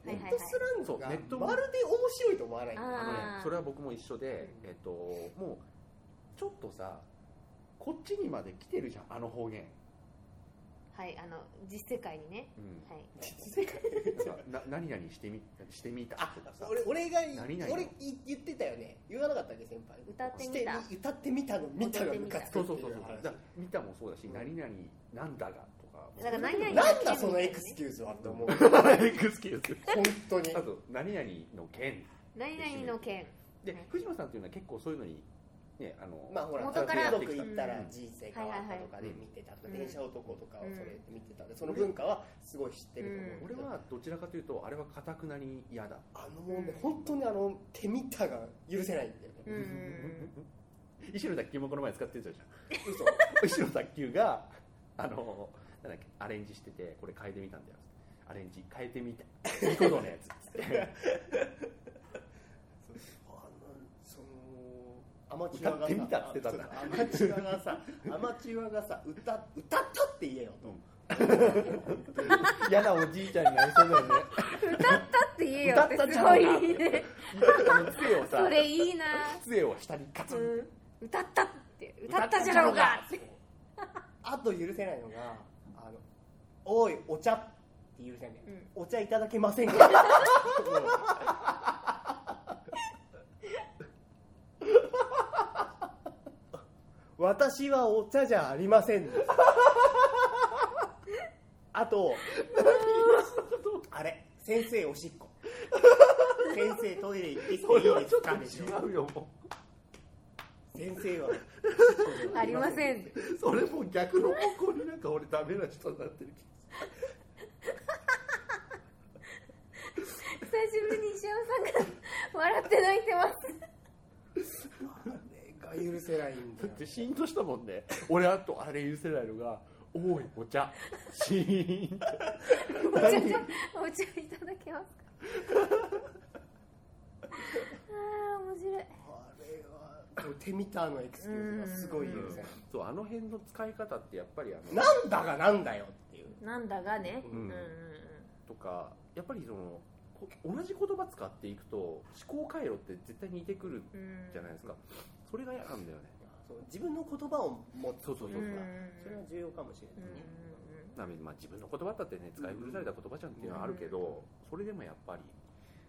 ランドがそうネットまるで面白いと思わないあーああのねそれは僕も一緒で、えっと、もうちょっとさこっちにまで来てるじゃんあの方言、はいあの実世界にねうんはい世界 なんかな何々してみしてみたとかさ俺俺が何々俺い言ってたよね言わなかったっけ先輩歌ってみたして歌ってみたの見たがムカつそくうってそういそうそう話だから見たもそうだし、うん何々なんだがとかだから何々 なんだそのエクスキューズはって 思う本エクスキューズ当にあと何々の件何々の件で、はい藤野さんっていうのは結構そういうのにねあの、まあほら元から中国行ったらうん人生変わったとかではいはいはい見てたとかうん電車男とかをうんそれで見てたんでその文化はすごい知ってると思俺うはどちらかというとあれはかたくなに嫌だあのもうね本当にあの手見たが許せないんだようねん石野卓球もこの前使ってたじゃん嘘石野卓球があのなんだっけアレンジしててこれ変えてみたんだよアレンジ変えてみたいいことのやつつってあのそのアマチュアが歌っさてみたって言ってたんだアマチュアがさアマチュアがさ歌歌ったって言えよ嫌なおじいちゃんになりそうだよねだって言えよってすごいねあの杖をさ それいいな杖を下にガツンうん歌ったって歌ったじゃろうかってあと許せないのがあのおいお茶って許せない、うんお茶いただけませんか私はお茶じゃありませんですあとあれ先生おしっこ先生トイレ行ってきてそれいいはでちょすっかでしょと違うよも先生はおしっこではありませんうそれもう逆の方向になんか俺ダメな人になってる気久しぶりに石山さんが笑って泣いてますあれが許せないんだよだってシーンとしたもんね俺あとあれ許せないのが「おいお茶」シーンってお茶お茶いただけますかああ面白いあれはこう手みたのエクスキューズがすごい許せないそうあの辺の使い方ってやっぱりあのなんだがなんだよっていうなんだがね、うんうんうんとかやっぱりそのこ同じ言葉使っていくと思考回路って絶対似てくるうんうんじゃないですかそれが嫌なんだよねそう自分の言葉を持つそうそうそううんそれは重要かもしれうんうなんいね、なのでまあ自分の言葉だってね使い古された言葉じゃんっていうのはあるけどそれでもやっぱり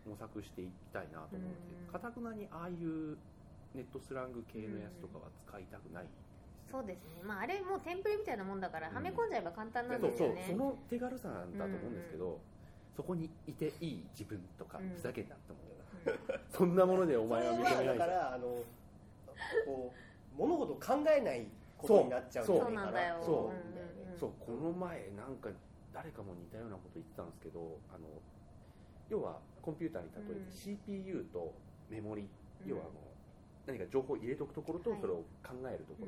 模索していきたいなと思っうてんかたくなにああいうネットスラング系のやつとかは使いたくないそうですねまああれもうテンプレみたいなもんだから、うんはめ込んじゃえば簡単なんそうですそようねその手軽さなんだと思うんですけど、うそこにいていい自分とか、うんふざけんなって思うよなうん そんなものでおそ前れは認めなはいだかぞらあのこう物事を考えないことになっちゃうんじゃないかそうそうなんだなよと思そんだよねうんそうこの前なんか誰かも似たようなこと言ってたんですけどあの要はコンピューターに例えうんて CPU とメモリ、うん要はあの何か情報を入れとくところとはいそれを考えるところ、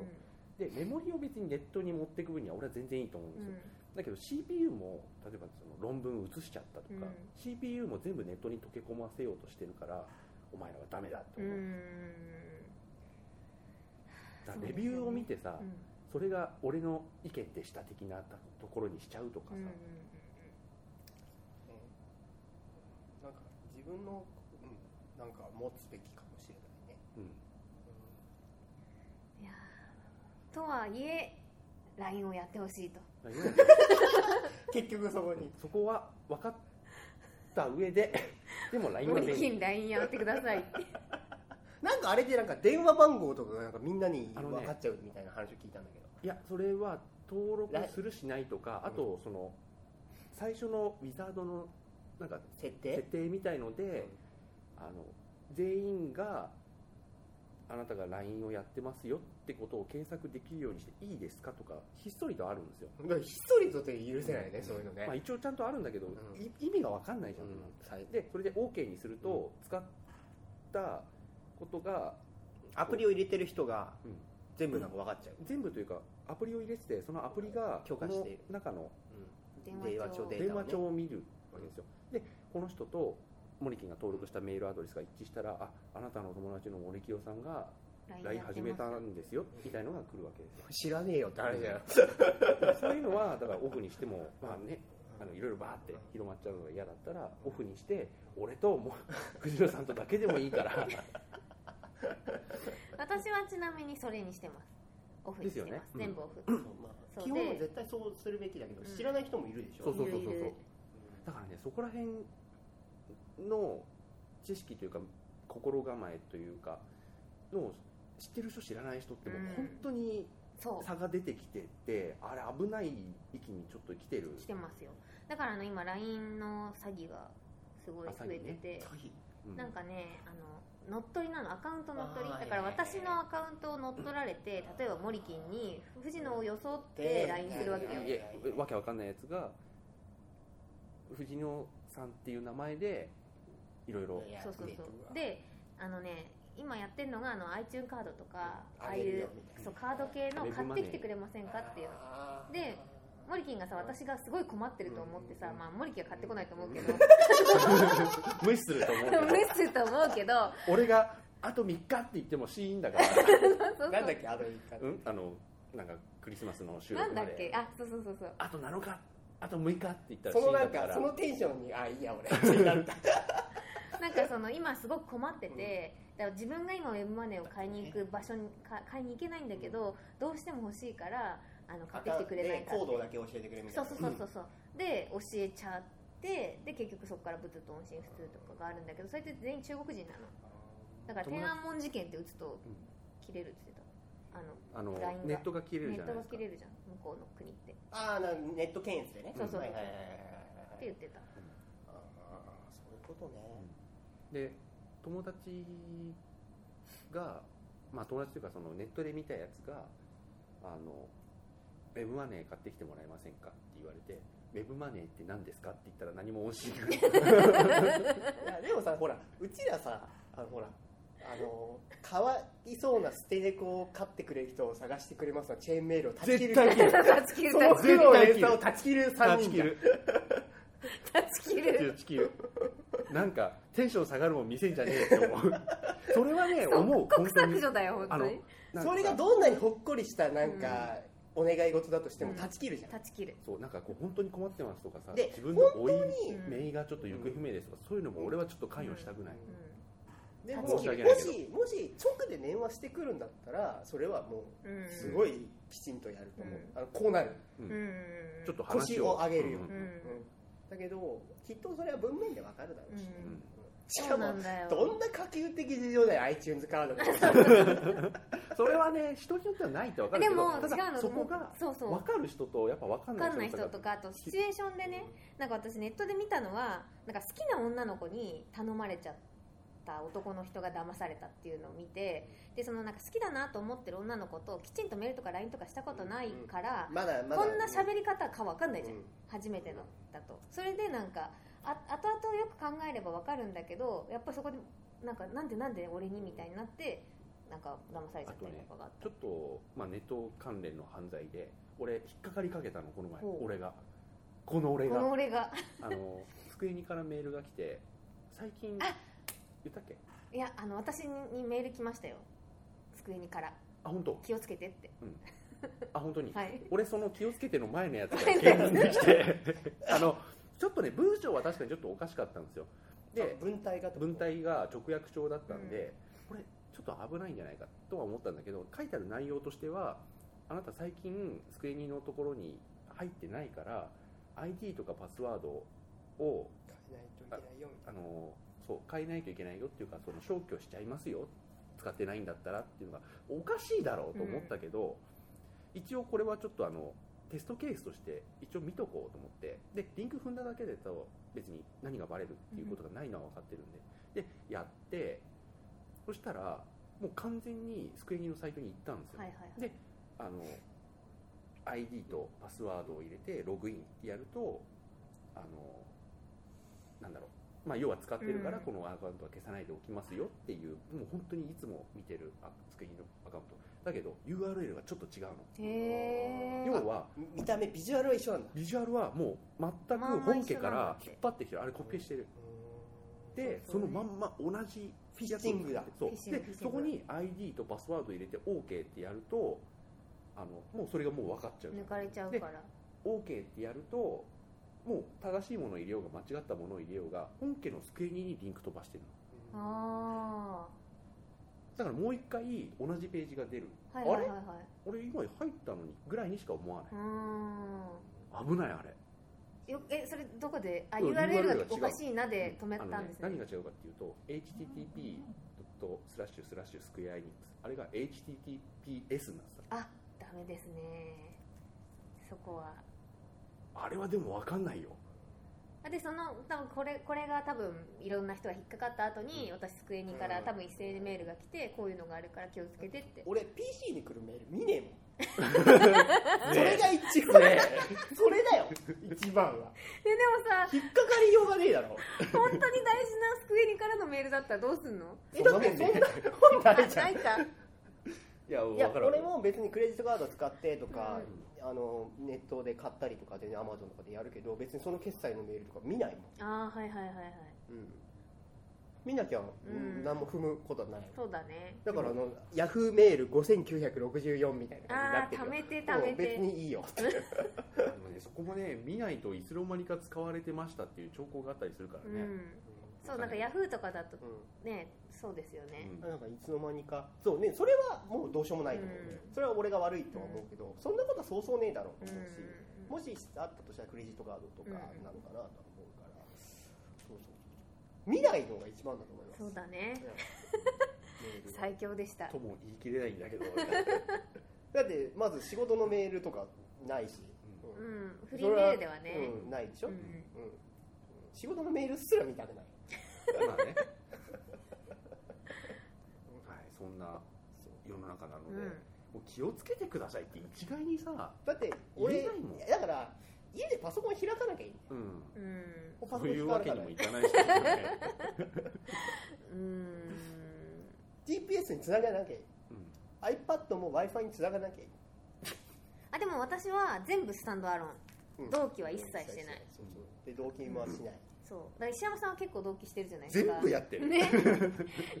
でメモリを別にネットに持っていく分には俺は全然いいと思うんでうすよ、んだけど CPU も例えばその論文移しちゃったとか、うん CPU も全部ネットに溶け込ませようとしてるからお前らはダメだとうん思うう、んそうですよねだからレビューを見てさ、うんそれが俺の意見でした的なところにしちゃうとかさ、うんうんなんか自分の、うん、なんか持つべきかもしれないね、うんいやーとはいえ LINE をやってほしいとだからねうん結局そこにそこは分かった上で でも LINE 無は理便利金 LINE やってくださいってなんかあれでなんか電話番号とかがなんかみんなにあの分ねかっちゃうみたいな話を聞いたんだけどいやそれは登録するしないとかうんあとその最初のウィザードのなんか設設定定みたいので、あの全員があなたが LINE をやってますよってことを検索できるようにしていいですかとかひっそりとあるんですよ、だからひっそりとって許せないね、そういうのね、まあ、一応ちゃんとあるんだけど、うんい意味が分かんないじゃん、うんでそれで OK にすると、使ったことがアプリを入れてる人がうん全部なんか分かっちゃう、全部というかアプリを入れててそのアプリが許可しているこの中の電話帳で電話帳を見るわけですよ、でこの人とモリキンが登録したメールアドレスが一致したらああなたのお友達のモリキオさんが LINE やってます始めたんですよみたいのが来るわけですよ知らねえよって話じゃん、 だからそういうのはだからオフにしても、まあね、あのいろいろバーって広まっちゃうのが嫌だったらオフにして俺ともう藤野さんとだけでもいいから私はちなみにそれにしてますオフにしてますですよねうん全部オフ、まあ、そう基本はで絶対そうするべきだけど、うん知らない人もいるでしょそうそうそうそういるいるだからねそこら辺の知識というか心構えというかの知ってる人知らない人ってもううん本当にそう差が出てきてて、あれ危ない域にちょっと来てる来てますよだからあの今 LINE の詐欺がすごい増えてて、そういううんなんかねあの乗っ取りなのアカウント乗っ取りあーだからはいはいはい私のアカウントを乗っ取られて例えばモリキンに藤野を装って LINE するわけよいやわけわかんないやつが藤野さんっていう名前でいろいろやそうそうそネッうトがであのね今やってるのがあの iTunes カードとかあああいげるうよみたいなそうカード系の買ってきてくれませんかっていうあーでモリキンがさ私がすごい困ってると思ってさ、うんまあ、モリキンは買ってこないと思うけど無視すると思うけど 無視すると思うけど俺があと3日って言ってもシーンだからそうそうなんだっけあの言い方うんあのなんかクリスマスの収な録んだまっけであそうそうそうそうあと7日あと6日って言ったらシそのーンなだんかからそのテンションにあいいや俺 ってなったなんかその今すごく困ってて、だから自分が今ウェブマネーを買いに行く場所にか買いに行けないんだけど、どうしても欲しいからあの買ってきてくれないかでコードだけ教えてくれみたそいうなそうそうそうそうで教えちゃってで結局そこから仏と音信不通とかがあるんだけどそれって全員中国人なのだから友天達安門事件って打つと切れるって言ってたあのあの LINE がネットが切れるネじゃッなトが切いですかれるじゃん向こうの国ってってああネット検閲でねそうそうはいはいはいはい言って たああそういうことねで友達がまあ友達というかそのネットで見たやつがあのウェブマネー買ってきてもらえませんかって言われてウェブマネーって何ですかって言ったら何も音信がいやでもさほらうちらさあのほらあのかわいそうな捨て猫を飼ってくれる人を探してくれますわチェーンメールを断ち切る絶対切る断ち切るその断苦労の連鎖を断ち切る3 断人ちだ切るち切る地球なんかテンション下がるもん見せんじゃねえって思うそれはねそう思う国本当削に除だよ本当になんかそれがどんなにほっこりしたなんか、お願い事だとしても断ち切るじゃん、断ち切るそうなんかこう本当に困ってますとかさで自分の老いにうん名がちょっと行方不明ですとか、そういうのも俺はちょっと関与したくない、ううんでも断もちし切るもしもし直で電話してくるんだったらそれはもうんうすごいきちんとやると思う、あのこうなる、うんちょっと腰話をを上げるよ、うんううんんだけどきっとそれは文面でわかるだろうし、うんうんしそかうなもんだよどんな可及的事情だよ iTunes カードがそれはね人によってはないって分かるけどでもただ違うのそこがそうそう分かる人とやっぱ分かん分なかい人んない人の差とがかあとシチュエーションでねなんか私ネットで見たのはなんか好きな女の子に頼まれちゃった男の人が騙されたっていうのを見てでそのなんか好きだなと思ってる女の子ときちんとメールとか LINE とかしたことないから、まだまだこんな喋り方か分かんないじゃん、うん初めてのだとそれでなんかあ後々よく考えれば分かるんだけどやっぱりそこでなんかなんでなんで俺にみたいになってなんか騙されちゃったりとかがあったちょっと、まあ、ネット関連の犯罪で俺引っかかりかけたのこの前ほう俺がこの俺こがの俺があの机にからメールが来て最近言あったっけいやあの私にメール来ましたよ机にからあ本当気をつけてってあ本当に、はい俺その気をつけての前のやつが現実に来てあのちょっとね文章は確かにちょっとおかしかったんですよでで文体が文体が直訳帳だったんで、これちょっと危ないんじゃないかとは思ったんだけど書いてある内容としてはあなた最近机にのところに入ってないから ID とかパスワードを変えないといけないよみたあいのそう変えないといけないよっていうかその消去しちゃいますよ使ってないんだったらっていうのがおかしいだろうと思ったけど、一応これはちょっとあのテストケースとして一応見とこうと思ってでリンク踏んだだけだと別に何がバレるっていうことがないのは分かってるんで、でやってそしたらもう完全にスクエニのサイトに行ったんですよ、はいはいはいであの ID とパスワードを入れてログインってやるとあのなんだろう、まあ、要は使ってるからうんこのアカウントは消さないでおきますよっていう、もう本当にいつも見てるあスクリーンのアカウントだけど URL がちょっと違うの、へえ要はな見た目ビジュアルは一緒なんだビジュアルはもう全く本家から引っ張ってきてるあれコピーしてるでそそうそのうねまんま同じフィッシングだそうフィッシングでフィッシンそグこに ID とパスワード入れて OK ってやるとあのもうそれがもう分かっちゃうじゃん抜かれちゃうから OK ってやるともう正しいものを入れようが間違ったものを入れようが本家の机ににリンク飛ばしてるのあだからもう一回同じページが出るあはいはいはいはい俺今入ったのにぐらいにしか思わないうーん危ないあれよえそれどこであうん URL URL ががおかしいなで止めたあのんねですね何が違うかっていうと http スラッシュスラッシュスクエアエニックスあれが https になってあダメですねそこはたあれはでも分かんないよあでその多分これこれが多分いろんな人が引っかかった後に、私机にからうん多分一斉にメールが来てこういうのがあるから気をつけてって俺 PC に来るメール見ね えもんそれが一ねえ番ねそれだよ一番はででも さ引っかかりようがねえだろ本当に大事な机にからのメールだったらどうすん のえだってそんそなんなもんね本あないじゃなんいかいやいや分からん俺も別にクレジットカード使ってとか、うんあのネットで買ったりとかで、ね、アマゾンとかでやるけど別にその決済のメールとか見ないもあーはいはいはいはいん、うん、見なきゃ、ん何も踏むことはないそうだねだからあのヤフーメール5964みたいな感じになあっあてーる貯よめて貯めもう別てにいいよあのねそこもね見ないといつの間にか使われてましたっていう兆候があったりするかうらね、んそうなんかヤフーとかだとうんねそうですよね、うんなんかいつの間にかそうねそれはもうどうしようもないと思う、うそれは俺が悪いとは思うけど、そんなことはそうそうねえだろうと思うし、うんもしあったとしたらクレジットカードとかなのかなとは思うから、そうそうそう見ないのが一番だと思いますそうだねメール最強でしたとも言い切れないんだけどだってまず仕事のメールとかないし、ううんんそフリれはーメールではね、うんないでしうょ、んうん仕事のメールすら見たくない まあねはいそんな世の中なので、うんもう気をつけてくださいって一概にさ、だって俺言えないもんだから家でパソコン開かなきゃいいうん、うんパソコンそういう開かわけなにもいいかないし、 ねうーん GPS につながなきゃいいうん、 iPad も w i f i につながなきゃいいあでも私は全部スタンドアロン、うん同期は一切してないそうそうで同金はしない、そうだから石山さんは結構同期してるじゃないです全か部やってる、ね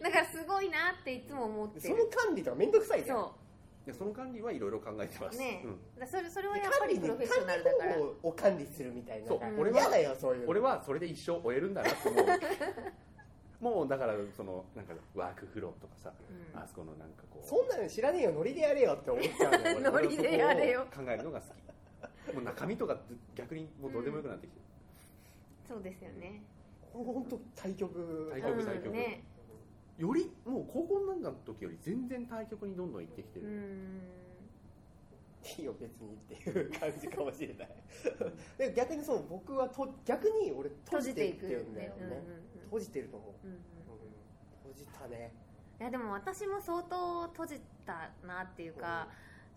だからすごいなっていつも思ってそのる管理とか面倒くさいじゃんそでその管理はいろいろ考えてます、うねうんだからそれそれはでやっぱ管理りにプロ管フェ理ッショナルだから方法を管理するみたいなそううん俺嫌はだよそういうの俺はそれで一生終えるんだなって思 うもうだからそのなんかワークフローとかさ、うんあそこのなんかこうそんなの知らねえよノリでやれよって思っちゃうの ノリでやれよ考えるのが好きもう中身とか逆にもうどうでもよくなってきてそうですよね本当対局対う局ん最強ねる、よりもう高校なんかの時より全然対局にどんどん行ってきてうる、んいいよ別にっていう感じかもしれない でも逆にそう僕はと逆に俺閉閉じじてていいっくてるんだよね、うんうん閉じてると思うんうう、んうん閉じたねいやでも私も相当閉じたなっていうか、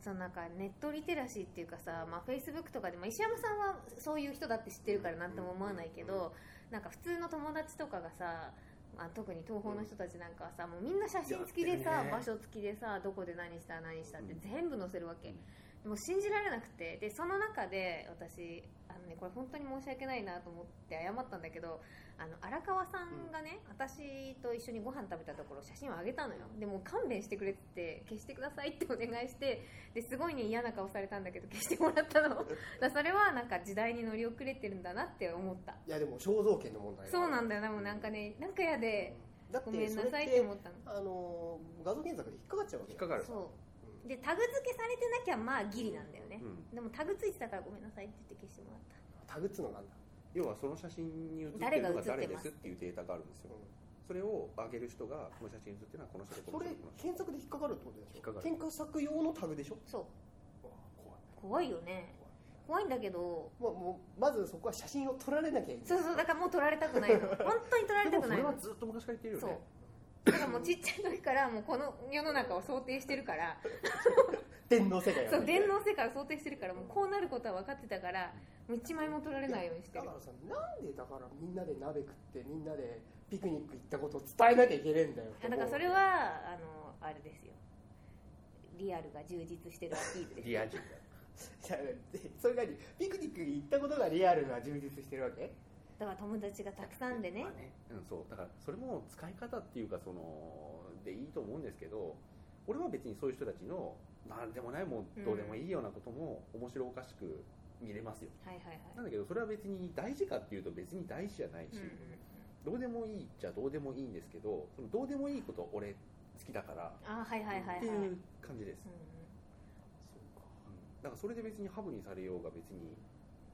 そのなんかネットリテラシーっていうかさ、まあ、フェイスブックとかでも石山さんはそういう人だって知ってるからなんとも思わないけど、うんうんなんか普通の友達とかがさ、まあ、特に東方の人たちなんかはさ、もうみんな写真付きでやっさ、てるね場所付きでさどこで何した何したってうん全部載せるわけ、もう信じられなくてでその中で私あの、ね、これ本当に申し訳ないなと思って謝ったんだけどあの荒川さんがね、私と一緒にご飯食べたところ写真をあげたのよでもう勘弁してくれって消してくださいってお願いしてですごい、ね、嫌な顔されたんだけど消してもらった のだからそれはなんか時代に乗り遅れてるんだなって思ったいやでも肖像権の問題そうなんだよねでもなんかねなんか嫌でだってごめんそなれっさいってて思ったのあのー画像検索で引っかかっちゃうわけ引っよかかるそうでタグ付けされてなきゃまあギリなんだよねうんでもタグついてたからごめんなさいって言って消してもらったタグっつうのがあんだ、要はその写真に写ってるのが誰ですっていうデータがあるんですようんそれを上げる人がこの写真に写ってるのはこの人でそこのれ人でこの人検索で引っかかるってことでしょ引っかかる検索用のタグでしょ、そう怖い怖いよね怖いんだけどまあ、もうまずそこは写真を撮られなきゃいいんだそうそうだからもう取られたくない の本当に取られたでもくそないれのはずっと昔から言ってそるうよねだからもうちっちゃい時からもうこの世の中を想定してるから電脳世界そう電脳脳世界を想定してるからもうこうなることは分かってたからもう一枚も取られないようにしてだるからさなんでだからみんなで鍋食ってみんなでピクニック行ったことを伝えなきゃいけねえんだよあだからそれはあのあれですよリアルが充実してるアピールですリア充だいやでそれなりピクニック行ったことがリアルが充実してるわけだから友達がたくさんでねまあうん、そうだからそれも使い方っていうかそのでいいと思うんですけど俺は別にそういう人たちのなんでもないもうどうでもいいようなことも面白おかしく見れますよはいはいなんはいだけどそれは別に大事かっていうと別に大事じゃないし、どうでもいいじゃどうでもいいんですけどそのどうでもいいこと俺好きだからあはいはいはいはいってうんいうんう感じです、そうかうんだからそれで別にハブにされようが別に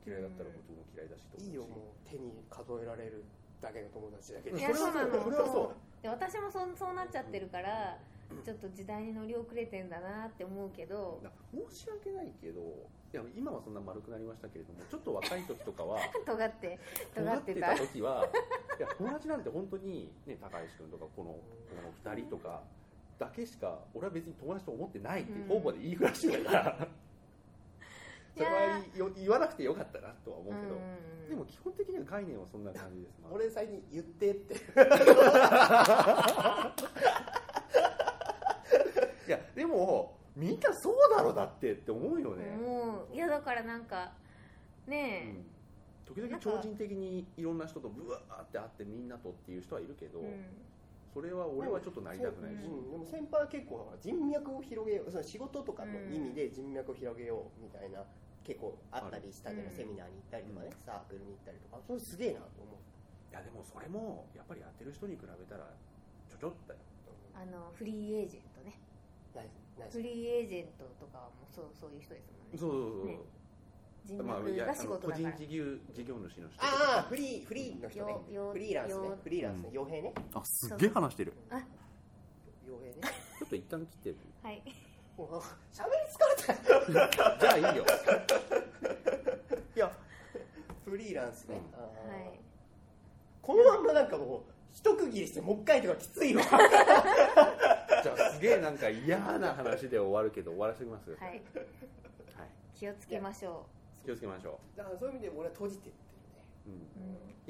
嫌いだったら僕も嫌いだしと思うしいいよもう手に数えられるだけの友達だけうんでいそやれはそうそうなのそれはそうで私もそんそうなっちゃってるからちょっと時代に乗り遅れてんだなって思うけどな申し訳ないけどいや今はそんな丸くなりましたけれどもちょっと若い時とかは尖って尖尖っっててたた時はい や友達なんて本当にね高橋君とかこのこの2人とかだけしか俺は別に友達と思ってないっていう方々でいい暮らし だから、いそれやはよ言わなくてよかったなとは思うけど、うんでも基本的には概念はそんな感じです、まあ俺最近言ってっていやでもみんなそうだろだってって思うよね、もういやだからなんかうねん時々超人的にいろんな人とブワーって会ってみんなとっていう人はいるけえ、ど、うんそれは俺はちょっとなりたくないし、うんうんでも先輩は結構ほら人脈を広げようその仕事とかの意味で人脈を広げようみたいな結構あったりしたじゃないうんセミナーに行ったりとかね、サークルに行ったりとかそれすげえなと思いやでもそれもやっぱりやってる人に比べたらちょちょったようあのフリーエージェントねないないフリーエージェントとかはもうそうそういう人ですもんねそうそうね人まあ脈いやがあ仕の事個だから人事業事業主の人とああフかリーフリーの人ねよよフリーランスねよフリーランスね傭兵ねあすっげえ話してるあ傭兵ねちょっと一旦切ってはい もう喋り疲れたよじゃあいいよ、フリーランスね、うんあーはいこのまんまなんかもう一区切りしてもう一回とかきついわじゃあすげえなんか嫌な話で終わるけど終わらせてきますはい、はい気をつけましょ気をつけましょだからそういう意味で俺は閉じてってるねう、うんう、う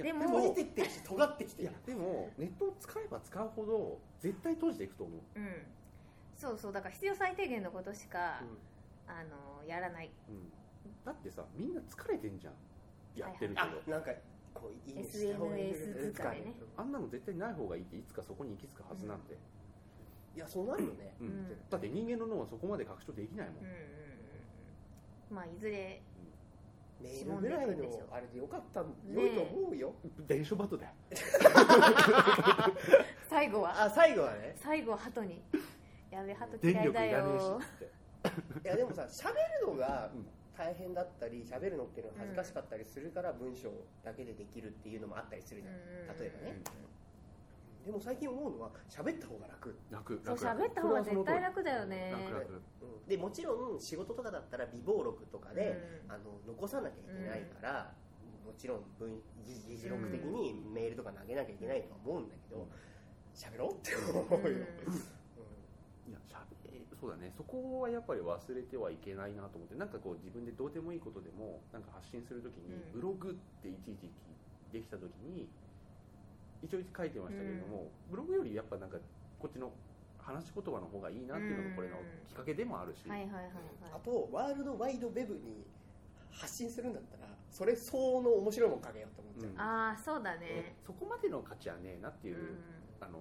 いやん、でも閉じてってるし尖ってきているやでもネットを使えば使うほど絶対閉じていくと思ううん、そうそうだから必要最低限のことしかう、んあのやらないうんだってさみんな疲れてんじゃんやってるけど、あなんかこういいねした方がいい SNS 疲れねあんなの絶対ない方がいいっていつかそこに行き着くはずなんて、いやそうなるよねうんうんだって人間の脳はそこまで拡張できないもん、うんうんうんうんまあいずれメールぐらいのあれでよかったんね良いと思うよ電書バトだよ最後はあ最後はね最後は鳩にやべ鳩電嫌力いいらだねえしよっいてやでもさ喋るのがうん大変だったり喋るのっていうのが恥ずかしかったりするから文章だけでできるっていうのもあったりするじゃん、例えばね、でも最近思うのは喋った方が楽、楽そう楽喋った方が絶対楽だよそねれはその通り楽楽うん、でもちろん仕事とかだったら備忘録とかで、あの残さなきゃいけないから、もちろん文議議事録的にメールとか投げなきゃいけないとは思うんだけど喋ろうってう思んうよ、いやしゃそうだねそこはやっぱり忘れてはいけないなと思ってなんかこう自分でどうでもいいことでもなんか発信するときに、うんブログって一時期できたときに一応書いてましたけれども、ブログよりやっぱなんかこっちの話し言葉の方がいいなっていうのがこれのうんきっかけでもあるし、うんはいはいはいあはとワールドワイドウェブに発信するんだったらそれ相応の面白いもんかけようと思っちゃう、うんいああそうだねねそこまでの価値はねえなってういんう、あの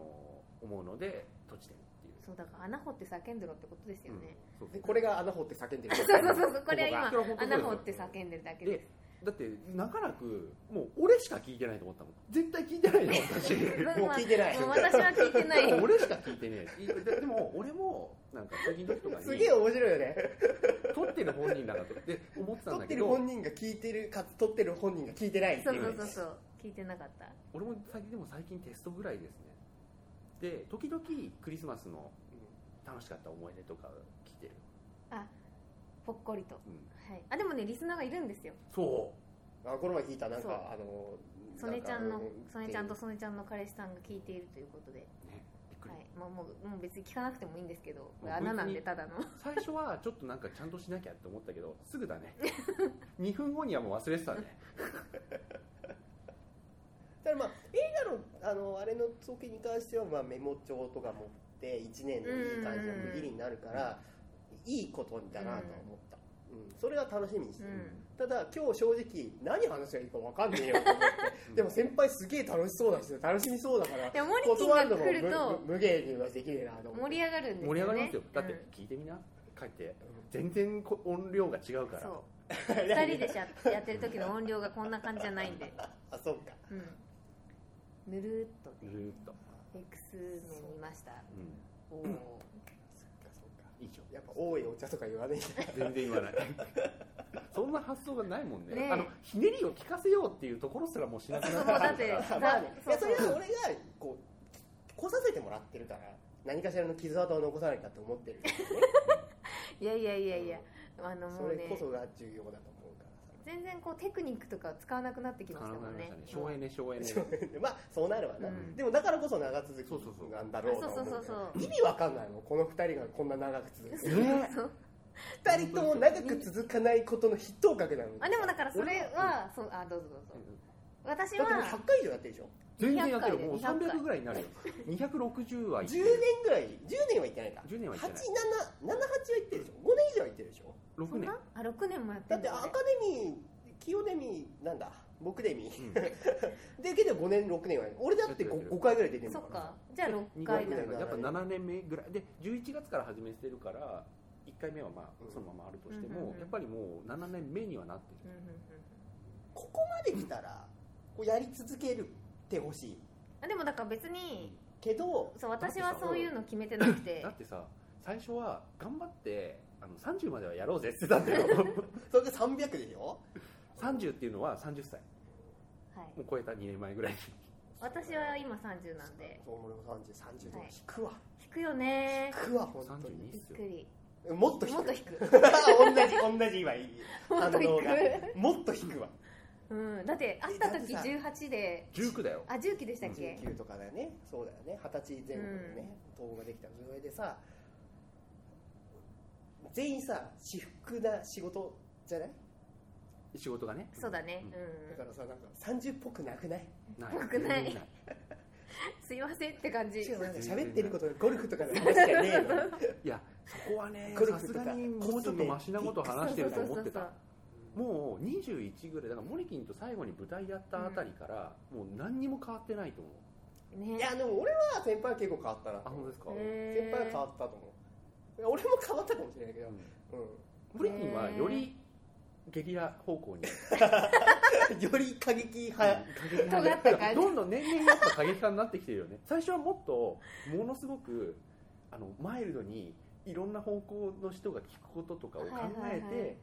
思うので閉じてるっていうそうだから穴掘って叫んでろってことですよね、うんそうでこれが穴掘って叫んでる そうそうそうそうこれここがは今これは本当そうです穴掘って叫んでるだけででだって長らくもう俺しか聞いてないと思ったもん絶対聞いてないよす私もう聞いてないもう私は聞いて ない俺しか聞いてねえででも俺もなんか次の時とかすにげえ面白いよね撮ってる本人だなとで思ってた撮んっだてけるど本人が聞いてるかつ撮ってる本人が聞いてないってそういそううそうそう聞いてなかった俺も最近でも最近テストぐらいですねで時々クリスマスの楽しかった思い出とか聞いてる、ぽっこりと、はうん、い、あでもねリスナーがいるんですよそあこの前聞いたなんそうかあの曽根ちゃんなのか曽根ちゃんと曽根ちゃんの彼氏さんが聞いているということで、うねびっくはり、いまあ、もうもう別に聞かなくてもいいんですけどうん穴なん別でにただの最初はちょっとなんかちゃんとしなきゃって思ったけどすぐ だね2分後にはもう忘れてたねだからまあ映画のあのあれの時に関してはまあメモ帳とか持って1年のいい感じの区切りになるからいいことだなとは思った、うん、それは楽しみにしてうる、んただ今日正直何話せばいいか分かんねえよと 思ってうんでも先輩すげえ楽しそうだし楽しみそうだからでもモリキン断がるのも来る無と無無限にはできねえなと思っ盛てり上がるんですよね盛り上がりますよだってうん聞いてみな帰って全然こ音量が違うからそ 2人でしゃやってる時の音量がこんな感じじゃないんで、あそうかうん、ぬるーっとずでーっと、 X 面見ましたうおおそっかそっかん、以上やっぱ多いお茶とか言わないんだ全然言 わないそんな発想がないもんねねえあのひねりを聞かせようっていうところすらもうしなくなそうっただってあまあね いそうやそそうれは俺がこう来させてもらってるから何かしらの傷跡を残さないかと思ってるんだよねいやい やいやいやあのもそうれねこそが重要だと思うからさ全然こうテクニックとかを使わなくなってきま可し能たにもなんりまねしたね省エネ省エネでまあそうなるわな、うんでもだからこそ長続そうそうそうきなんだろうと思うんだよそうそうそうそ意味わかんないもんこの2人がこんな長く続くえね そう2人とも長く続かないことの筆頭格なのにあでもだからそれはそうあどうぞどうぞ私だってもうは100回以上やってるでしょ全然やってる200もう回で200 300ぐらいになるよ260は10いって年るぐらい10年はいってないか10年はいって878ないはいってるでしょ5年以上はいってるでしょ6そん年なあ六年もやってだるっんてアだカねデミー清デミーなんだ僕デミーうんでけど5年6年は俺だって 5, 回ぐらい出てるそのっかかじゃあ2 6回回ぐだらい六回やっぱ7年目ぐらいで11月から始めてるから1回目はまあうんそのままあるとしてうんうんもうんやっぱりもう7年目にはなってうるんうんうんここまで来たらこうやり続けるってほしいあでもだから別にけどそう私はそういうの決めてなくてだってさ最初は頑張ってあの30まではやろうぜって言ってた んだよそれが300でしょ30っていうのは30歳はいもう超えた2年前ぐらいに私は今30なんでそう俺も3030とかはい引くわ、引くよね引くわ本当に32びっっすよくりもっと引く もっと引く同じ同じ今いい もっと引くもっと引くわうんだって会った時だって18で19だよあ19でしたっけ19とかだよねそうだよね二十歳前後でね統合ができた上でさ全員さ私服な仕事じゃない仕事がねそうだねだうかんらさなんか30っぽくなくないないよくない全然すいませんって感じしかもなんか全然喋ってることがゴルフとかの 話じゃねえのいやそこはねゴルさフすとかがにもうちょっとマシなこと話してると思ってそうたもう21ぐらいだからモリキンと最後に舞台やったあたりから、もう何にも変わってないと思うそうそうそ ういねやでも俺は先輩は結構変わったなあ本当ですか、先輩は変わったと思う俺も変わったかもしれないけど、ううんモリキンはよりゲリラ方向にん、より過激派、うん過激派尖った感じどんどん年々やっぱ過激派になってきてるよね最初はもっとものすごくあのマイルドにいろんな方向の人が聞くこととかを考えて、はいはいはい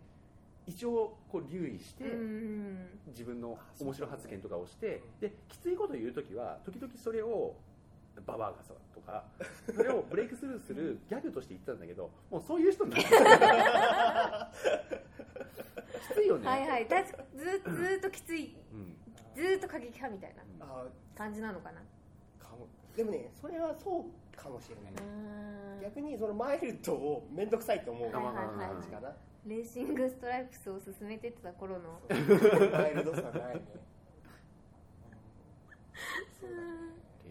一応こう留意して、うん自分の面白発言とかをしてできついこと言う時は時々それをババアがさとかそれをブレイクスルーするギャグとして言ってたんだけどもうそういう人になっ てるきついよね、はいはいだずずーっときついうん、ずーっと過激派みたいなうあん感じなのかなーかもでもねそれはそうかもしれない、うん逆にそのマイルドを面倒くさいと思うはいはいまあまはあま感じかな、いレーシングストライプスを進めてってた頃のそうマイルドさないねそうだねレー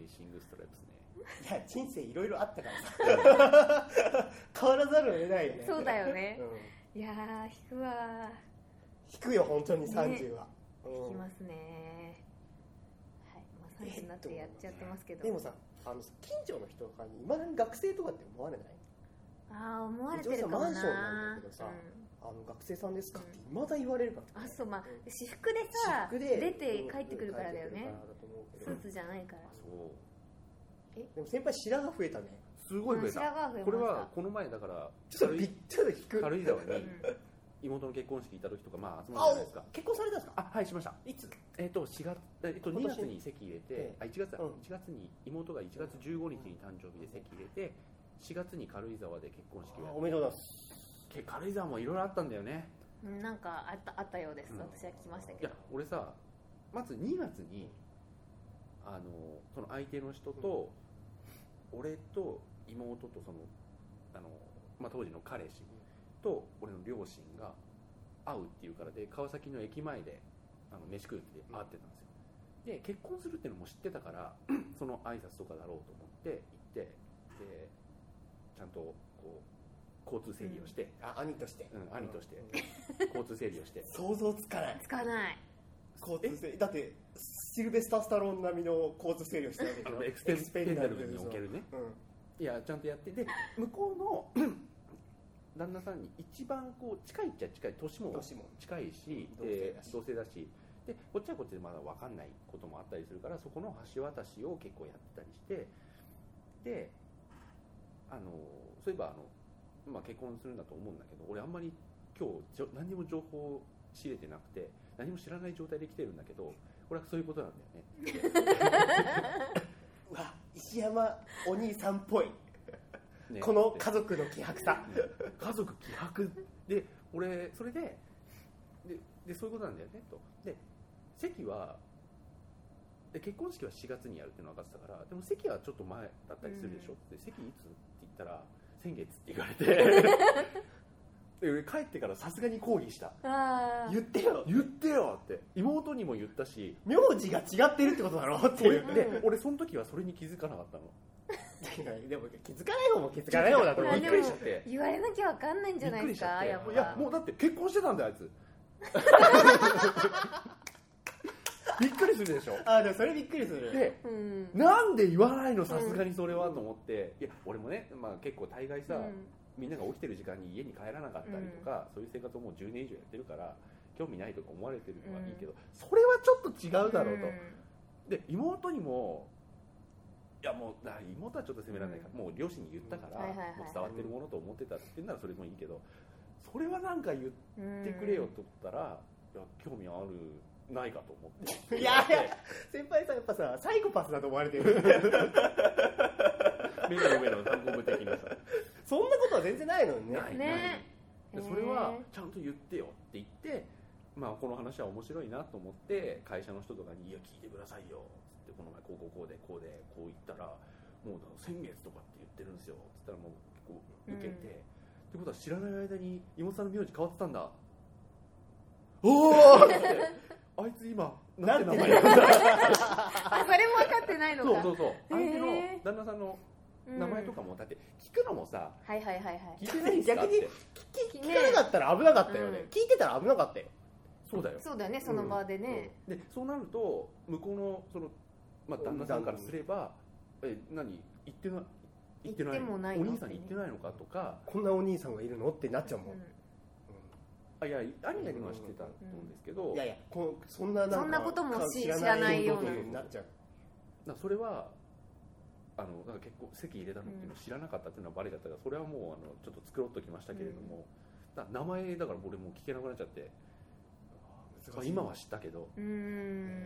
シングストライプスねいや人生いろいろあった からさ変わらざるを得ないよねそうだよねうんいやー引くわ引くよ本当に30は、ー引うきんますねはいまあ30になってやっちゃってますけどでもさあの近所の人とかにいまだに学生とかって思われないああ思われてるかもな一応さマンションなんだけどさあの学生さんですかっていまだ言われるから、うんあそうまあう私服でさ私服で出て帰ってくるからだよ帰ってくるねからだと思うけスどーツじゃないからそうでも先輩白髪増えたねすごい増え白た髪が増えましたこれはこの前だからちょっとびっちょっと引く軽井沢にうん妹の結婚式行った時とかまあ集まるじゃあないですか結婚されたんですかあはいしましたいつえっと4月、えっと今2年月に席入れてえ、あ1月だ、うん1月に妹が1月15日に誕生日で席入れて、4月に軽井沢で結婚式をやおめでとうございますって、軽井沢もいろいろあったんだよね。うんなんかあったあったようです、うん私は聞きましたいけやど、俺さ、まず2月に、あのその相手の人と、俺と妹とそのあの、まあ、当時の彼氏と俺の両親が会うっていうからで川崎の駅前であの飯食うって会ってたんですよで結婚するっていうのも知ってたから その挨拶とかだろうと思って行ってでちゃんとこう交通整理を して、あ兄として、うん兄としてうん交通整理をして想像つかないつかない交通整理だってシルベスター・スタローン並みの交通整理をしてるわけあでしょのエクスペンダブルにおけるるねうんいやちゃんとやってで向こうの 旦那さんに一番こう近いっちゃ近い年も年も近いし同性だしで同性だしでこっちはこっちでまだ分かんないこともあったりするからそこの橋渡しを結構やってたりしてであのそういえばあの、まあ、結婚するんだと思うんだけど俺あんまり今日じょ何にも情報仕入れてなくて何も知らない状態で来てるんだけどこれはそういうことなんだよねうわ石山お兄さんっぽいってねこの家族の希薄さ家族希薄で俺それでででそういうことなんだよねとで席はで結婚式は4月にやるっていうのは分かってたからでも席はちょっと前だったりするでしょ、で席いつって言ったら先月って言われ てで俺帰ってからさすがに抗議したあ言ってよ言ってよって妹にも言ったし名字が違ってるってことだ ろってそいれうで俺その時はそれに気づかなかったのいやでも気づかない方も気づかない方だと思うびっくりしちゃって言われなきゃわかんないんじゃないですかびっやっくぱりしちゃっていやもうだって結婚してたんだよあ いつびっくりするでしょあでもそれびっくりするでうんなんで言わないのさすがにそれはと思って、いや俺もね、まあ、結構大概さ、うんみんなが起きてる時間に家に帰らなかったりとか、そういう生活をもう10年以上やってるから興味ないとか思われてるのはいいけど、それはちょっと違うだろうと、で妹にもいやもうだ妹はちょっと責められないから、もう両親に言ったから、はいはいはいもう伝わってるものと思ってたって言うならそれでもいいけどそれはなんか言っうんてくれよと言ったら、いや興味あるないかと思っていやいや先輩さんやっぱさサイコパスだと思われてる目の上の単語部的なさそんなことは全然ないのにねないねでそれはちゃんと言ってよって言って、まあ、この話は面白いなと思って会社の人とかに「いや聞いてくださいよ」つってこの前こうこうこうでこうでこう言ったら「もうだ先月とかって言ってるんですよ」つったらもうこう受けうて、んってことは知らない間に妹さんの名字変わってたんだおおってあいつ今なんて名前なんて名前あそれも分かってないのかそうそうそう相手のへー旦那さんのうん名前とかもだって聞くのもさはいはいはいはい聞いてないんですかっ逆にて聞かなかったら危なかったよね、うん聞いてたら危なかったよそうだよそうだよねその場でねそうでそうなると向こうのその、まあ、旦那さんからすれば「え何言ってない言ってない言ってもないおの兄さんに言ってないのか」とかこんなお兄さんがいるのってなっちゃうもん、う「あいや兄がには知ってたと思うんですけど、いやいやこそんななんかそんなこともしか知らないようなことになっちゃうだからそれはあのなんか結構席入れたのっていうの知らなかったっていうのはバレちゃったからそれはもうあのちょっと作ろうときましたけれども、だから名前だから俺もう聞けなくなっちゃって、まあ、今は知ったけど、んうん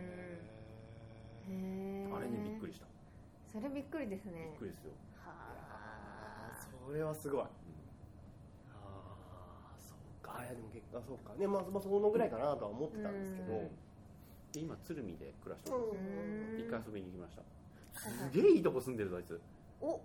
へーあれにびっくりしたそれびっくりですびねっくりですよ、はあそれはすごいうんああそうかいやでも結果そうかねまあ、まあ、そのぐらいかなとは思ってたんですけど、うんで今鶴見で暮らしてうんますうん一回遊びに行きましたはいはいすげえいいとこ住んでるぞあいつお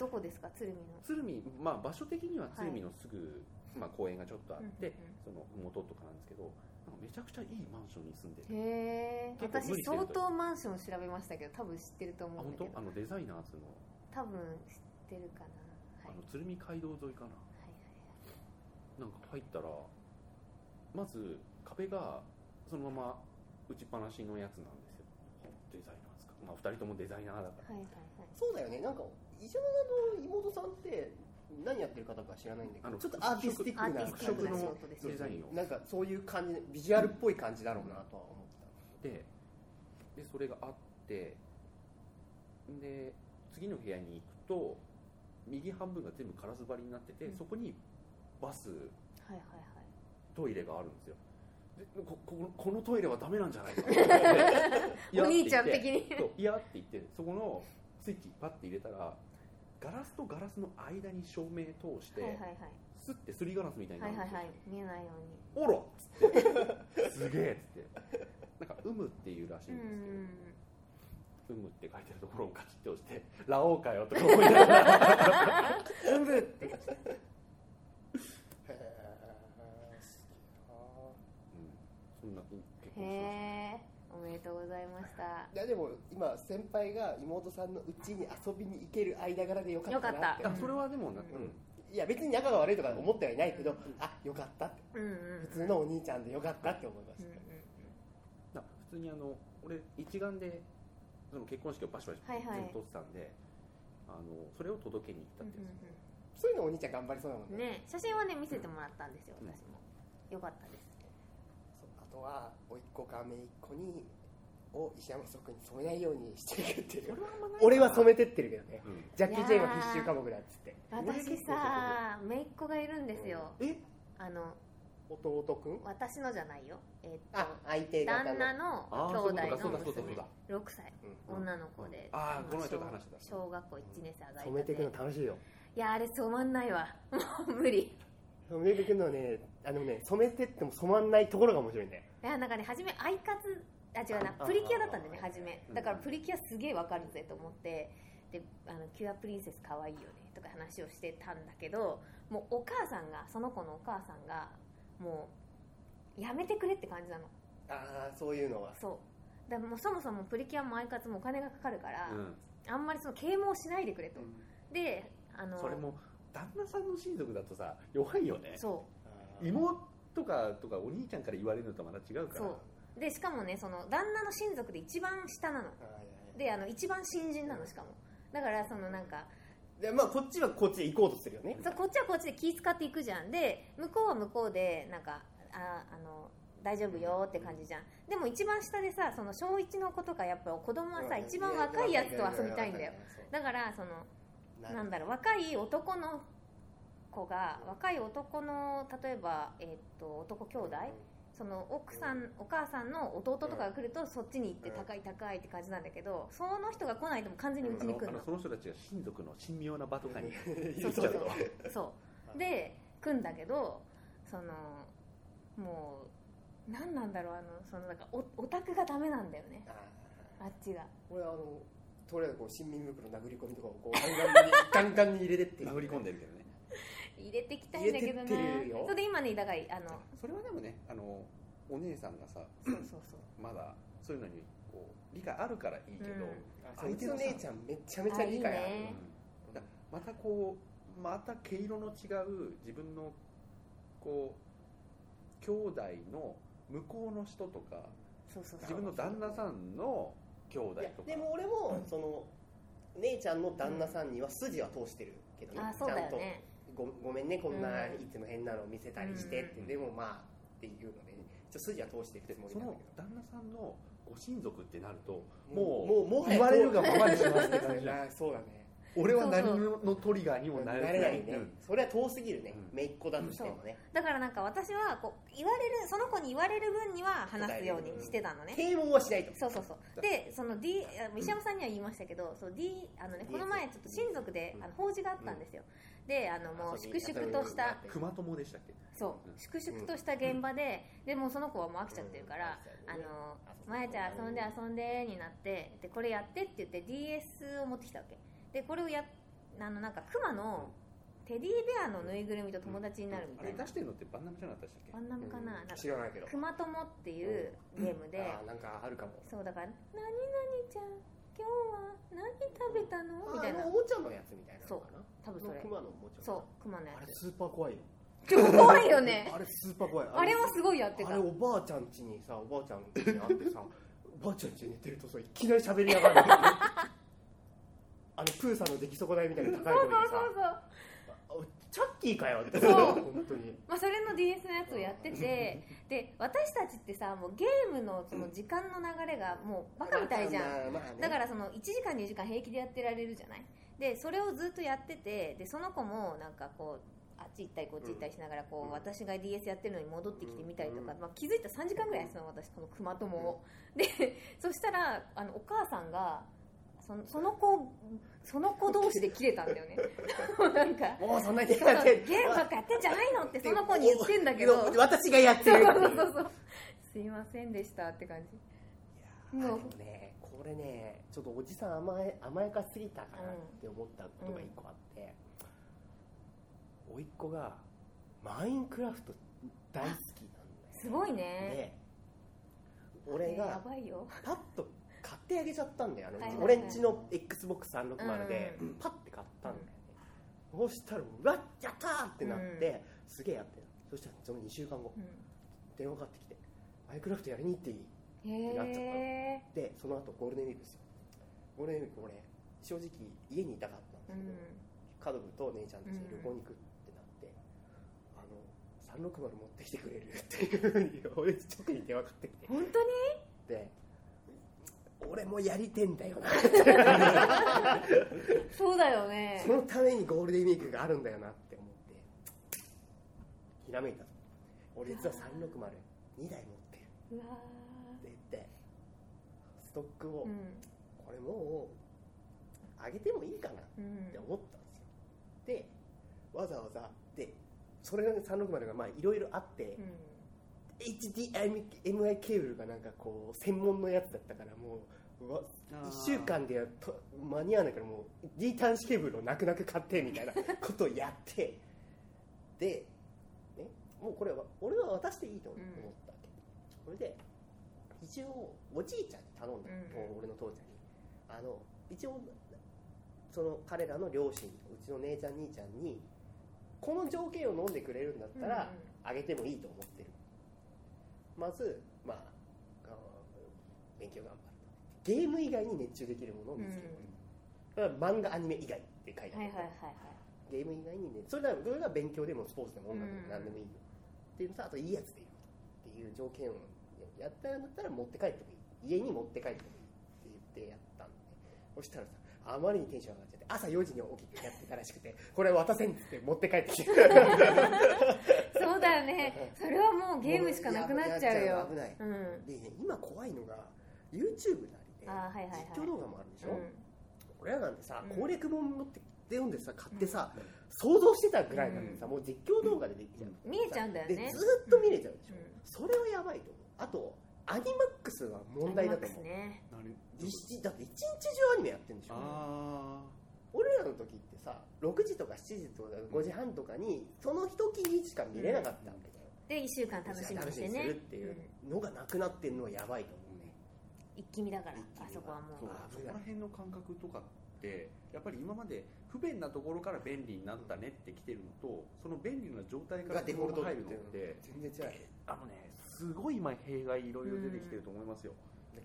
どこですか鶴見の鶴見、まあ、場所的には鶴見のすぐ、まあ、公園がちょっとあって、その元とかなんですけどなんかめちゃくちゃいいマンションに住んでる、へえ結私構無理してる相当マンションを調べましたけど多分知ってるとあ思うんだ本け当どあのデザイナーズの多分知ってるかなあはいの鶴見街道沿いかなはいはなんか入ったらまず壁がそのまま打ちっぱなしのやつなんですよデザイナーズか、まあ、2人ともデザイナーだかいはらいはいはいそうだよねなんか一緒のあの妹さんって何やってる方か知らないんだけあどのちょっとアーティスティアッークテなィスティックな仕服事でそすうよデザインをなんかそういう感じビジュアルっぽい感じだろうなとは思ってたででそれがあってで次の部屋に行くと右半分が全部ガラス張りになってて、うんそこにバスはいはいトイレがあるんですよでここのこのトイレはダメなんじゃないかと思っていや お兄ちゃんって的言にってそういやって言ってそこのスイッチパッて入れたらガラスとガラスの間に照明通して、はいはいはいスッてすりガラスみたいにはないるんはいですよ、はい見えないようにおろっつってすげえっつってなんか「うむ」っていうらしいんですけど、「うむ」って書いてるところをガチッて押して 「ラオウかよ」とか思いな がらうんうんうんへえすげえなうんそんなうん結へ婚しましえおめでとうございましたいやでも今先輩が妹さんのうちに遊びに行ける間柄でよかったなってたよいかやそれはでもな、うんうんいや別に仲が悪いとか思ってはいないけど、うんあよかったってうんう普ん通のお兄ちゃんでよかったって思いましうんた、な普通にあの俺一眼でその結婚式をバシバシはいはい全部撮ってたんで、あのそれを届けに行ったうんうんってやつ、そういうのお兄ちゃん頑張りそうだもんねね写真はね見せてもらったんですよ私もよかったですそうあとは甥っ子か姪っ子にを石山祖君に染めないようにしていくっていう俺はあんまない俺は染めてってるけどねうんジャッキー・ジェインは必修科目だっつって私さ姪っ子がいるんですよえあの弟くん私のじゃないよえっあと相手方の旦那のあ兄ーそう弟いうことかそうのだそうだそうだ6歳うん女の子であー今この前ちょっと話してた小小学校1年生上がりたて染めていくの楽しいよいやあれ染まんないわもう無理染めていくのはねあのね染めてっても染まんないところが面白いんだよいやなんかね初めアイカツあ違うなあプリキュアだったんだよねあ初めうんだからプリキュアすげえわかるぜと思ってであのキュアプリンセス可愛いよねとか話をしてたんだけどもうお母さんがその子のお母さんがもうやめてくれって感じなのああそういうのはそうだからもうそもそもプリキュアもアイカツもお金がかかるから、うんあんまりその啓蒙しないでくれと、であのそれも旦那さんの親族だとさ弱いよねそ妹とかとかお兄ちゃんから言われるのとまた違うからそううでしかもねその旦那の親族で一番下なのであの一番新人なのしかもだからそのなんかでまあこっちはこっちで行こうとするよねそうこっちはこっちで気使っていくじゃんで向こうは向こうでなんかああの大丈夫よって感じじゃんでも一番下でさその小1の子とかやっぱ子供はさ一番若いやつと遊びたいんだよだからそのななんんだろう若い男の子が若い男の例えば、えっと男兄弟その奥さんお母さんの弟とかが来るとそっちに行ってうん高い高いって感じなんだけどその人が来ないともう完全にうちあにの来あるののその人たちが親族の神妙な場とかにそそううそそそううそううそはういで来んだけどそのもう何なんだろうあのそのなんかおオタクがダメなんだよねあっちが俺あのとりあえずこう新耳袋殴り込みとかをこうガンガンにガンガンに入れてって殴り込んでるけどね入れてきたいんだけどな入れてってるよそれで今ねだからあのそれはでもねあのお姉さんがさそうそうそうまだそういうのにこう理解あるからいいけど、うんあいつの姉ちゃんめちゃめちゃ理解ああいいるねだまたこうまた毛色の違う自分のこう兄弟の向こうの人とかそうそうそ自う分の旦那さんの兄弟いやとかでも俺もその姉ちゃんの旦那さんには筋は通してるけどねあちそうだゃんよとねごごめんねこんなうんいつも変なの見せたりしてってうんでもまあっていうのでちょっと筋は通してるでつもりそなんだのけど旦那さんのご親族ってなるとももううもうもはや言われるがままにしますって感じあそうだね俺は何のトリガーにもな慣れれないね、うんそれは遠すぎるねうん姪っ子だとしてもねだからなんか私はこう言われるその子に言われる分には話すようにしてたのね啓蒙はしないとそうそうそうでその D あの石山さんには言いましたけど、そう D あのね DS この前ちょっと親族であの法事があったんですよ、であのもう遊粛び々とした熊友でしたっけそううん粛々とした現場で、でもうその子はもう飽きちゃってるから、あの「まやちゃん遊んで遊んで」になってでこれやってって言って DS を持ってきたわけでこれをやあのなんか熊のテディベアのぬいぐるみと友達になるみたあれいな出してるのってバンナムじゃなかったでしたバっンナムかななんか知らないけど熊友っていうゲームで、あーなんかあるかもそうだから「何々ちゃん今日は何食べたの?」みたいあなのおもちゃのやつみたいなのかな多分そのれ熊のおもちゃそう熊のやあれつスーパー怖いよ怖いよ ねあれスーパー怖いあれもすごいやってあたれおばあちゃん家にさおばあちゃん家にあって さおばあちゃん家に寝てるとさいきなり喋りやがるんだ よねあのプーさんの出来損ないみたいな高い声でそうさそうそう「チャッキーかよ」ってそう本当にまあ、それの DS のやつをやっててで私たちってさもうゲームのその時間の流れがもうバカみたいじゃんまあまあねだからその1時間2時間平気でやってられるじゃないでそれをずっとやっててでその子もなんかこうあっち行ったりこっち行ったりしながらこう、うん私が DS やってるのに戻ってきてみたりとか、うんまあ、気づいたら3時間ぐらいですの私この熊友を、で そしたらあのお母さんがそのその子その子同士で切れたんだよねなんかもうそんなにそうやってるゲームばっかやってんじゃないのってその子に言ってんだけどそう私がやってそうる そうそうすいませんでしたって感じいやーもうでもねこれねちょっとおじさん甘え甘やかしすぎたかなって思ったことが一個あって、甥っ子がマインクラフト大好きなんだよすごいねで俺やがばいよパッと買ってあげちゃったんだよあの、はいはいはい俺んちの XBOX360 で、うパッて買ったんだよね、そうしたらうわっやったーってなって、すげえやってたそしたらその2週間後う電話かかってきて「マインクラフトやりに行っていい?」んってなっちゃったへえでその後ゴールデンウィークですよゴールデンウィーク俺正直家にいたかったんだうけど、ん家族と姉ちゃんたちでうん旅行に行くってなって、あの360持ってきてくれるっていうふうに俺直に電話かかってきて本当にで俺もやりてんだよなそうだよねそのためにゴールデンウィークがあるんだよなって思ってひらめいた俺実は3602台持ってるうわって言ってストックをーこれもう上げてもいいかなうんうんって思ったんですよでわざわざでそれがね360がまあいろいろあって、HDMI ケーブルがなんかこう専門のやつだったからもううわ1週間でやっと間に合わないからもう D 端子ケーブルを泣く泣く買ってみた いなことをやってで、ね、もうこれは俺は渡していいと思ったわけ、それで一応おじいちゃんに頼んだの、うん俺の父ちゃんにあの一応その彼らの両親うちの姉ちゃん兄ちゃんにこの条件を飲んでくれるんだったら、あげてもいいと思ってるまずまああの勉強頑張るゲーム以外に熱中できるものをうんう見んつける、だから漫画アニメ以外って書いてあはいる、はいはいはいゲーム以外にねそれならそれが勉強でもスポーツでも音楽でもうん何でもいいよ、っていうのとあといいやつでいいよっていう条件をやったんだったら持って帰ってもいい家に持って帰ってもいいって言ってやったんでそしたらさあまりにテンション上がっちゃって朝4時に起きてやってたらしくてこれ渡せんっつって持って帰ってきてそうだよ ねそれはもうゲームしかなくなっちゃうやっよ危ないうんでね今怖いのが YouTube なりであーはいはいはい実況動画もあるでしょ、う俺らなんてさうん攻略本持って読んでさ買ってさ、想像してたぐらいなんでさ、もう実況動画でできちゃう、ん見えちゃうんだよでねずーっと見れちゃうでしょ、それはやばいと思うあとアニマックスはうん問題だとア思ニマックスう、ね一だって一日中アニメやってるんでしょあ俺らの時ってさ6時とか7時とか5時半とかにその一気にしか見れなかったわけだよ、で1週間楽しみにして楽しみにすねるっていうのがなくなってるのはやばいと思うね、一気見だから一気見あそこはあもそううあそこら辺の感覚とかってやっぱり今まで不便なところから便利になったねってきてるのとその便利な状態からがデフォルト入入るるっのってて全然違うあのねすごい今弊害いろいろ出てきてると思いますよ、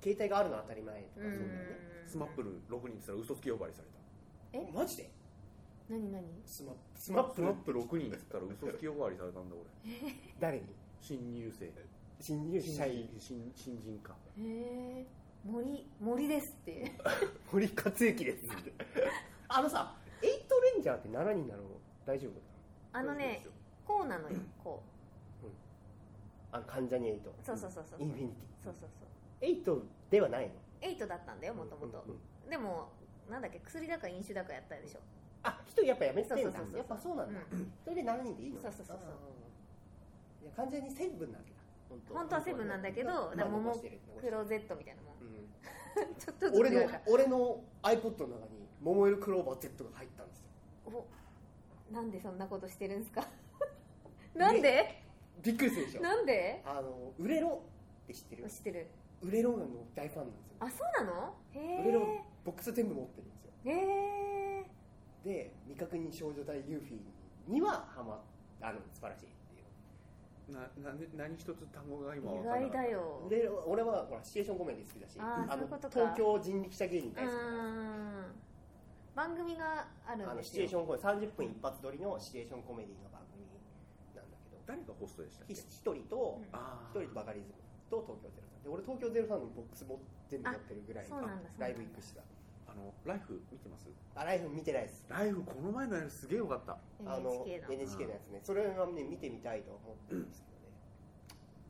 携帯があるのは当たり前とかそううんだよね、スマップル6人したら嘘つき呼ばわりされたえマジで何何スマップススマップ6人っつったら嘘つき呼ばわりされたんだ 俺誰に新入生新入新社員新新人かへえ森森で すって堀克行ですあのさエイトレンジャーって7人なの大丈夫あのねこうなのよこあの関ジャニエイトうそうそうそうそうインフィニテそうそうそうィエイトではないのエイトだったんだよもともとうんうんでもなんだっけ薬だか飲酒だかやったでしょあ一人やっぱやめてんだそうそうそうそうやっぱそうなんだ、うそれで7人でいいのそうそうそうそうあーいや完全にセブンなわけだ本当本当はセブンなんだけどまあだからもも残してる残してクるローゼットみたいなもんうんちょっとずつ俺違のうから俺の iPod の中に「桃色クローバー Z」が入ったんですよおなんでそんなことしてるんです かなんでびっくりするでしょなんであの売れろって知ってる知ってる売れろがの大ファンなんですよあそうなのへ売れろボックス全部持ってるんですよえへえで未確認少女隊ユーフィーにはハマあの素晴らしいっていうなな何一つ単語が今意分からな外かっただよ売れろ俺はほらシチュエーションコメディ好きだしあーのそういうことか東京人力車芸人う大好きだからーん番組があるあんのでシすチュエーシよョンコメディ30分一発撮りのシチュエーションコメディの番組なんだけど誰がホストでしたっけひ一人とうんあ一ー人とバカリズムと東京ゼロさんで俺東京ゼロさんのボックスも全部持ってるぐらいあそうなんだライブ行くしだあのライフ見てますあライフ見てないですライフこの前のやつすげえよかったあの NHK の NHK のやつね、それはね、見てみたいと思ってるんですけどね、そ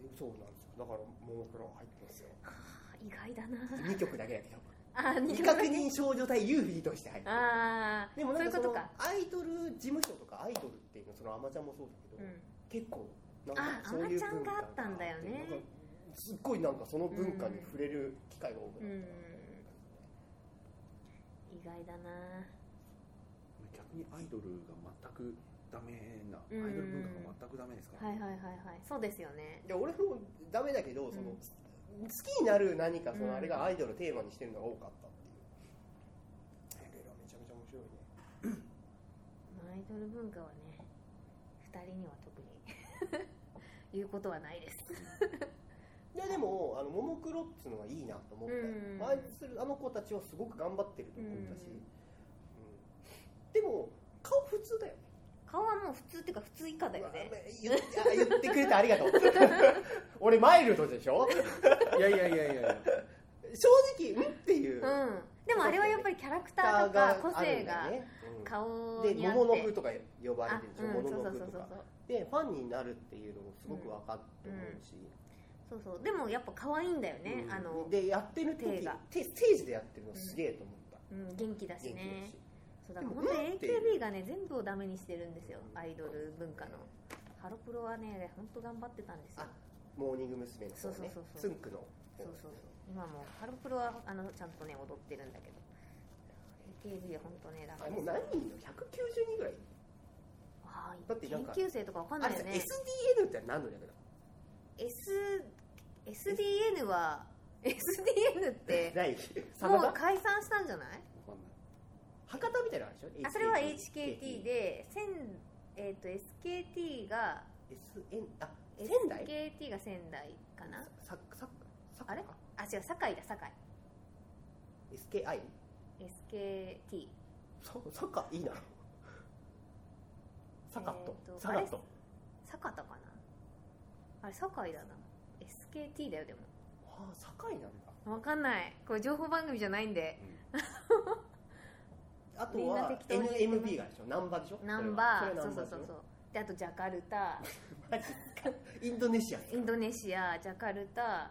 うでそうなんですよ、だから、ももクロ入ってます よ、あ意外だな 2曲だけだけど、あ二未曲確認少女隊ユーフィーとして入ってる、ああでもそなうんいうかこそとのかアイドル事務所とかアイドルっていうの、そのアマちゃんもそうだけど、うん結構、なんかあそういうアマ文チ化ャンがあったんだよねなんかすっごいなんかその文化に触れる機会が多くなったなっていう感じで意外だな逆にアイドルが全くダメなアイうんドル文化が全くダメですかはいはいはいはいそうですよねで俺もダメだけどその、うん好きになる何かそうのんあれがアイドルをテーマにしてるのが多かったっていう、いろいろめちゃめちゃ面白いねアイドル文化はね二人には特に 言うことはないですいやでもあのももクロっつうのはいいなと思ったよ、うんあいつあの子たちはすごく頑張ってると思ったし、ううんんでも顔普通だよ顔はもう普通っていうか普通以下だよねうわ言って言ってくれてありがと う俺マイルドでしょいやいやいやいや正直うんっていううんでもあれはやっぱりキャラクターとか個性あがるんだよね顔でにあって桃の風とか呼ばれあてるでしょうん桃そうのそ風うそうとそうかでファンになるっていうのもすごく分かると思うし、そうそうでもやっぱ可愛いんだよね、うんあの、でやってる時手が手ステージでやってるのすげえと思った、うん、元気だし元気だねしそうだからでも本当にうんっていう AKB がね全部をダメにしてるんですよアイドル文化のハロプロはね本当頑張ってたんですよあモーニング娘。の方そうそうねそうそうつんくのそうそうそう今もハロプロはあのちゃんとね踊ってるんだけど AKB は本当ねダあれもメでうす何人いんの190人ぐらいあーだってなんか研究生とかわかんあなれいさよね SDN って何の略だ S SDN は SDN ってないも真う田解散したんじゃないわかんない博多みたいなのあるでしょあそれは HKT で仙えっ、と SKT が SN あ仙台 SKT が仙台かなさささあれあ違う堺だ堺 SKI SKT さサッカーいいなサカットえーとサカット坂田かなあれ堺だな SKT だよでああ堺なんだもわかんないこれ情報番組じゃないんであとみんなは適当に言ってます NMB があるでしょナンバでしょナンバそれーはそナンうそバうでしょそうそうであとジャカルタマジかインドネシアインドネシアジャカルタ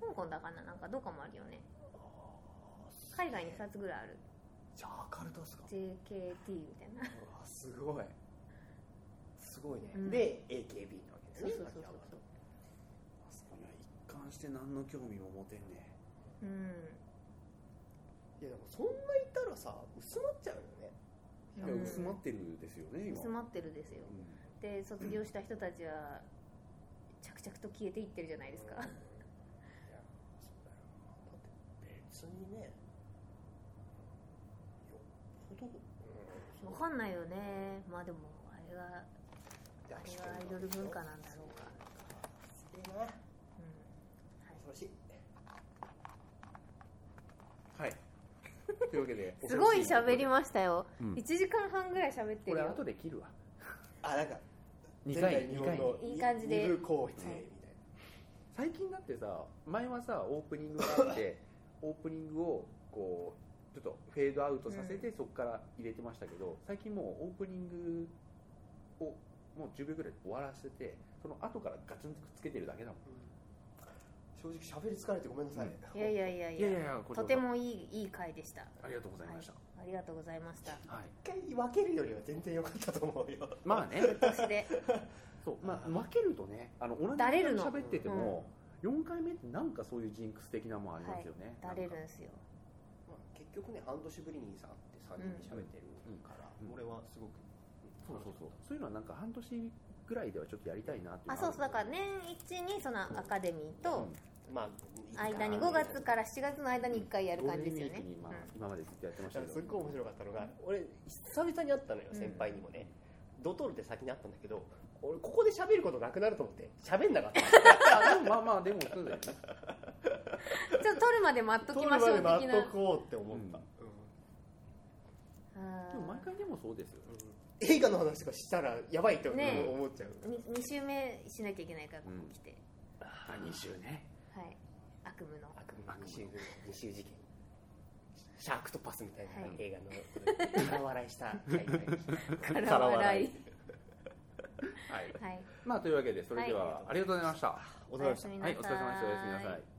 香港だかななんかどこもあるよね海外に2つぐらいあるジャカルタですか JKT みたいなうわすごいすごいね、うんで AKB なわけですねそうそうそうそうあそこには一貫して何の興味も持てんねうんいやでもそんないたらさ薄まっちゃうよねいうんや薄まってるですよね今薄まってるですようんで卒業した人たちは着々と消えていってるじゃないですかうんいやそうだよなだって別にねよっぽど、うんわかんないよねまあでもあれがいやあれはアイドル文化なんだろうかすげえなうんはい恐ろしいはいというわけで すごい喋りましたよ、うん1時間半ぐらい喋ってこるれよ後で切るわあなんか2回前日2本回のいい感じで二部攻撃みたいはい最近だってさ前はさオープニングがあって オープニングをこうちょっとフェードアウトさせて、そこから入れてましたけど最近もうオープニングをもう10秒ぐらいで終わらせてその後からガチンとくっつけてるだけだもな、正直喋り疲れてごめんなさい、いやいやいやんいややことてもいいいい回でしたありがとうございはまいした、ありがとうございましたはい一回分けるよりは全然良かったと思うよまあね私で そうまあ分けるとねあの同じだれる時の間喋ってても、4回目ってなんかそういうジンクス的なもんありますよね、だれるなんんかすよまあ結局ね半年ぶりにさって3人で喋ってるから、うんうん俺はすごくそうそうそうそういうのはなんか半年ぐらいではちょっとやりたいなっていあのはそうそうだから年一にそのアカデミーとまあ間に5月から7月の間に1回やる感じですよゴールデンねウィークに、まあ、今までずっとやってましすたっけどごい面白かったのが俺久々に会ったのようん先輩にもね、ドトールで先に会ったんだけど俺ここで喋ることなくなると思って喋んなかった あでもまあまあでもそうだよねうんちょっと撮るまで待っときましょ撮うる的まなで待っとこうって思った、うんうんあでも毎ー回でもそうですよ映画の話とかしたらやばいって思ねえ思っちゃう、に2週目しなきゃいけないからここ来て、あ2週ねはい悪夢の悪夢二週二週事件シャークとパスみたいなはい映画の、お笑いした回になりましたから笑いはいはいまあというわけでそれでは、はいありがとうございましたお疲れ様でしたみ はいお疲れ様でしたおやすみなさい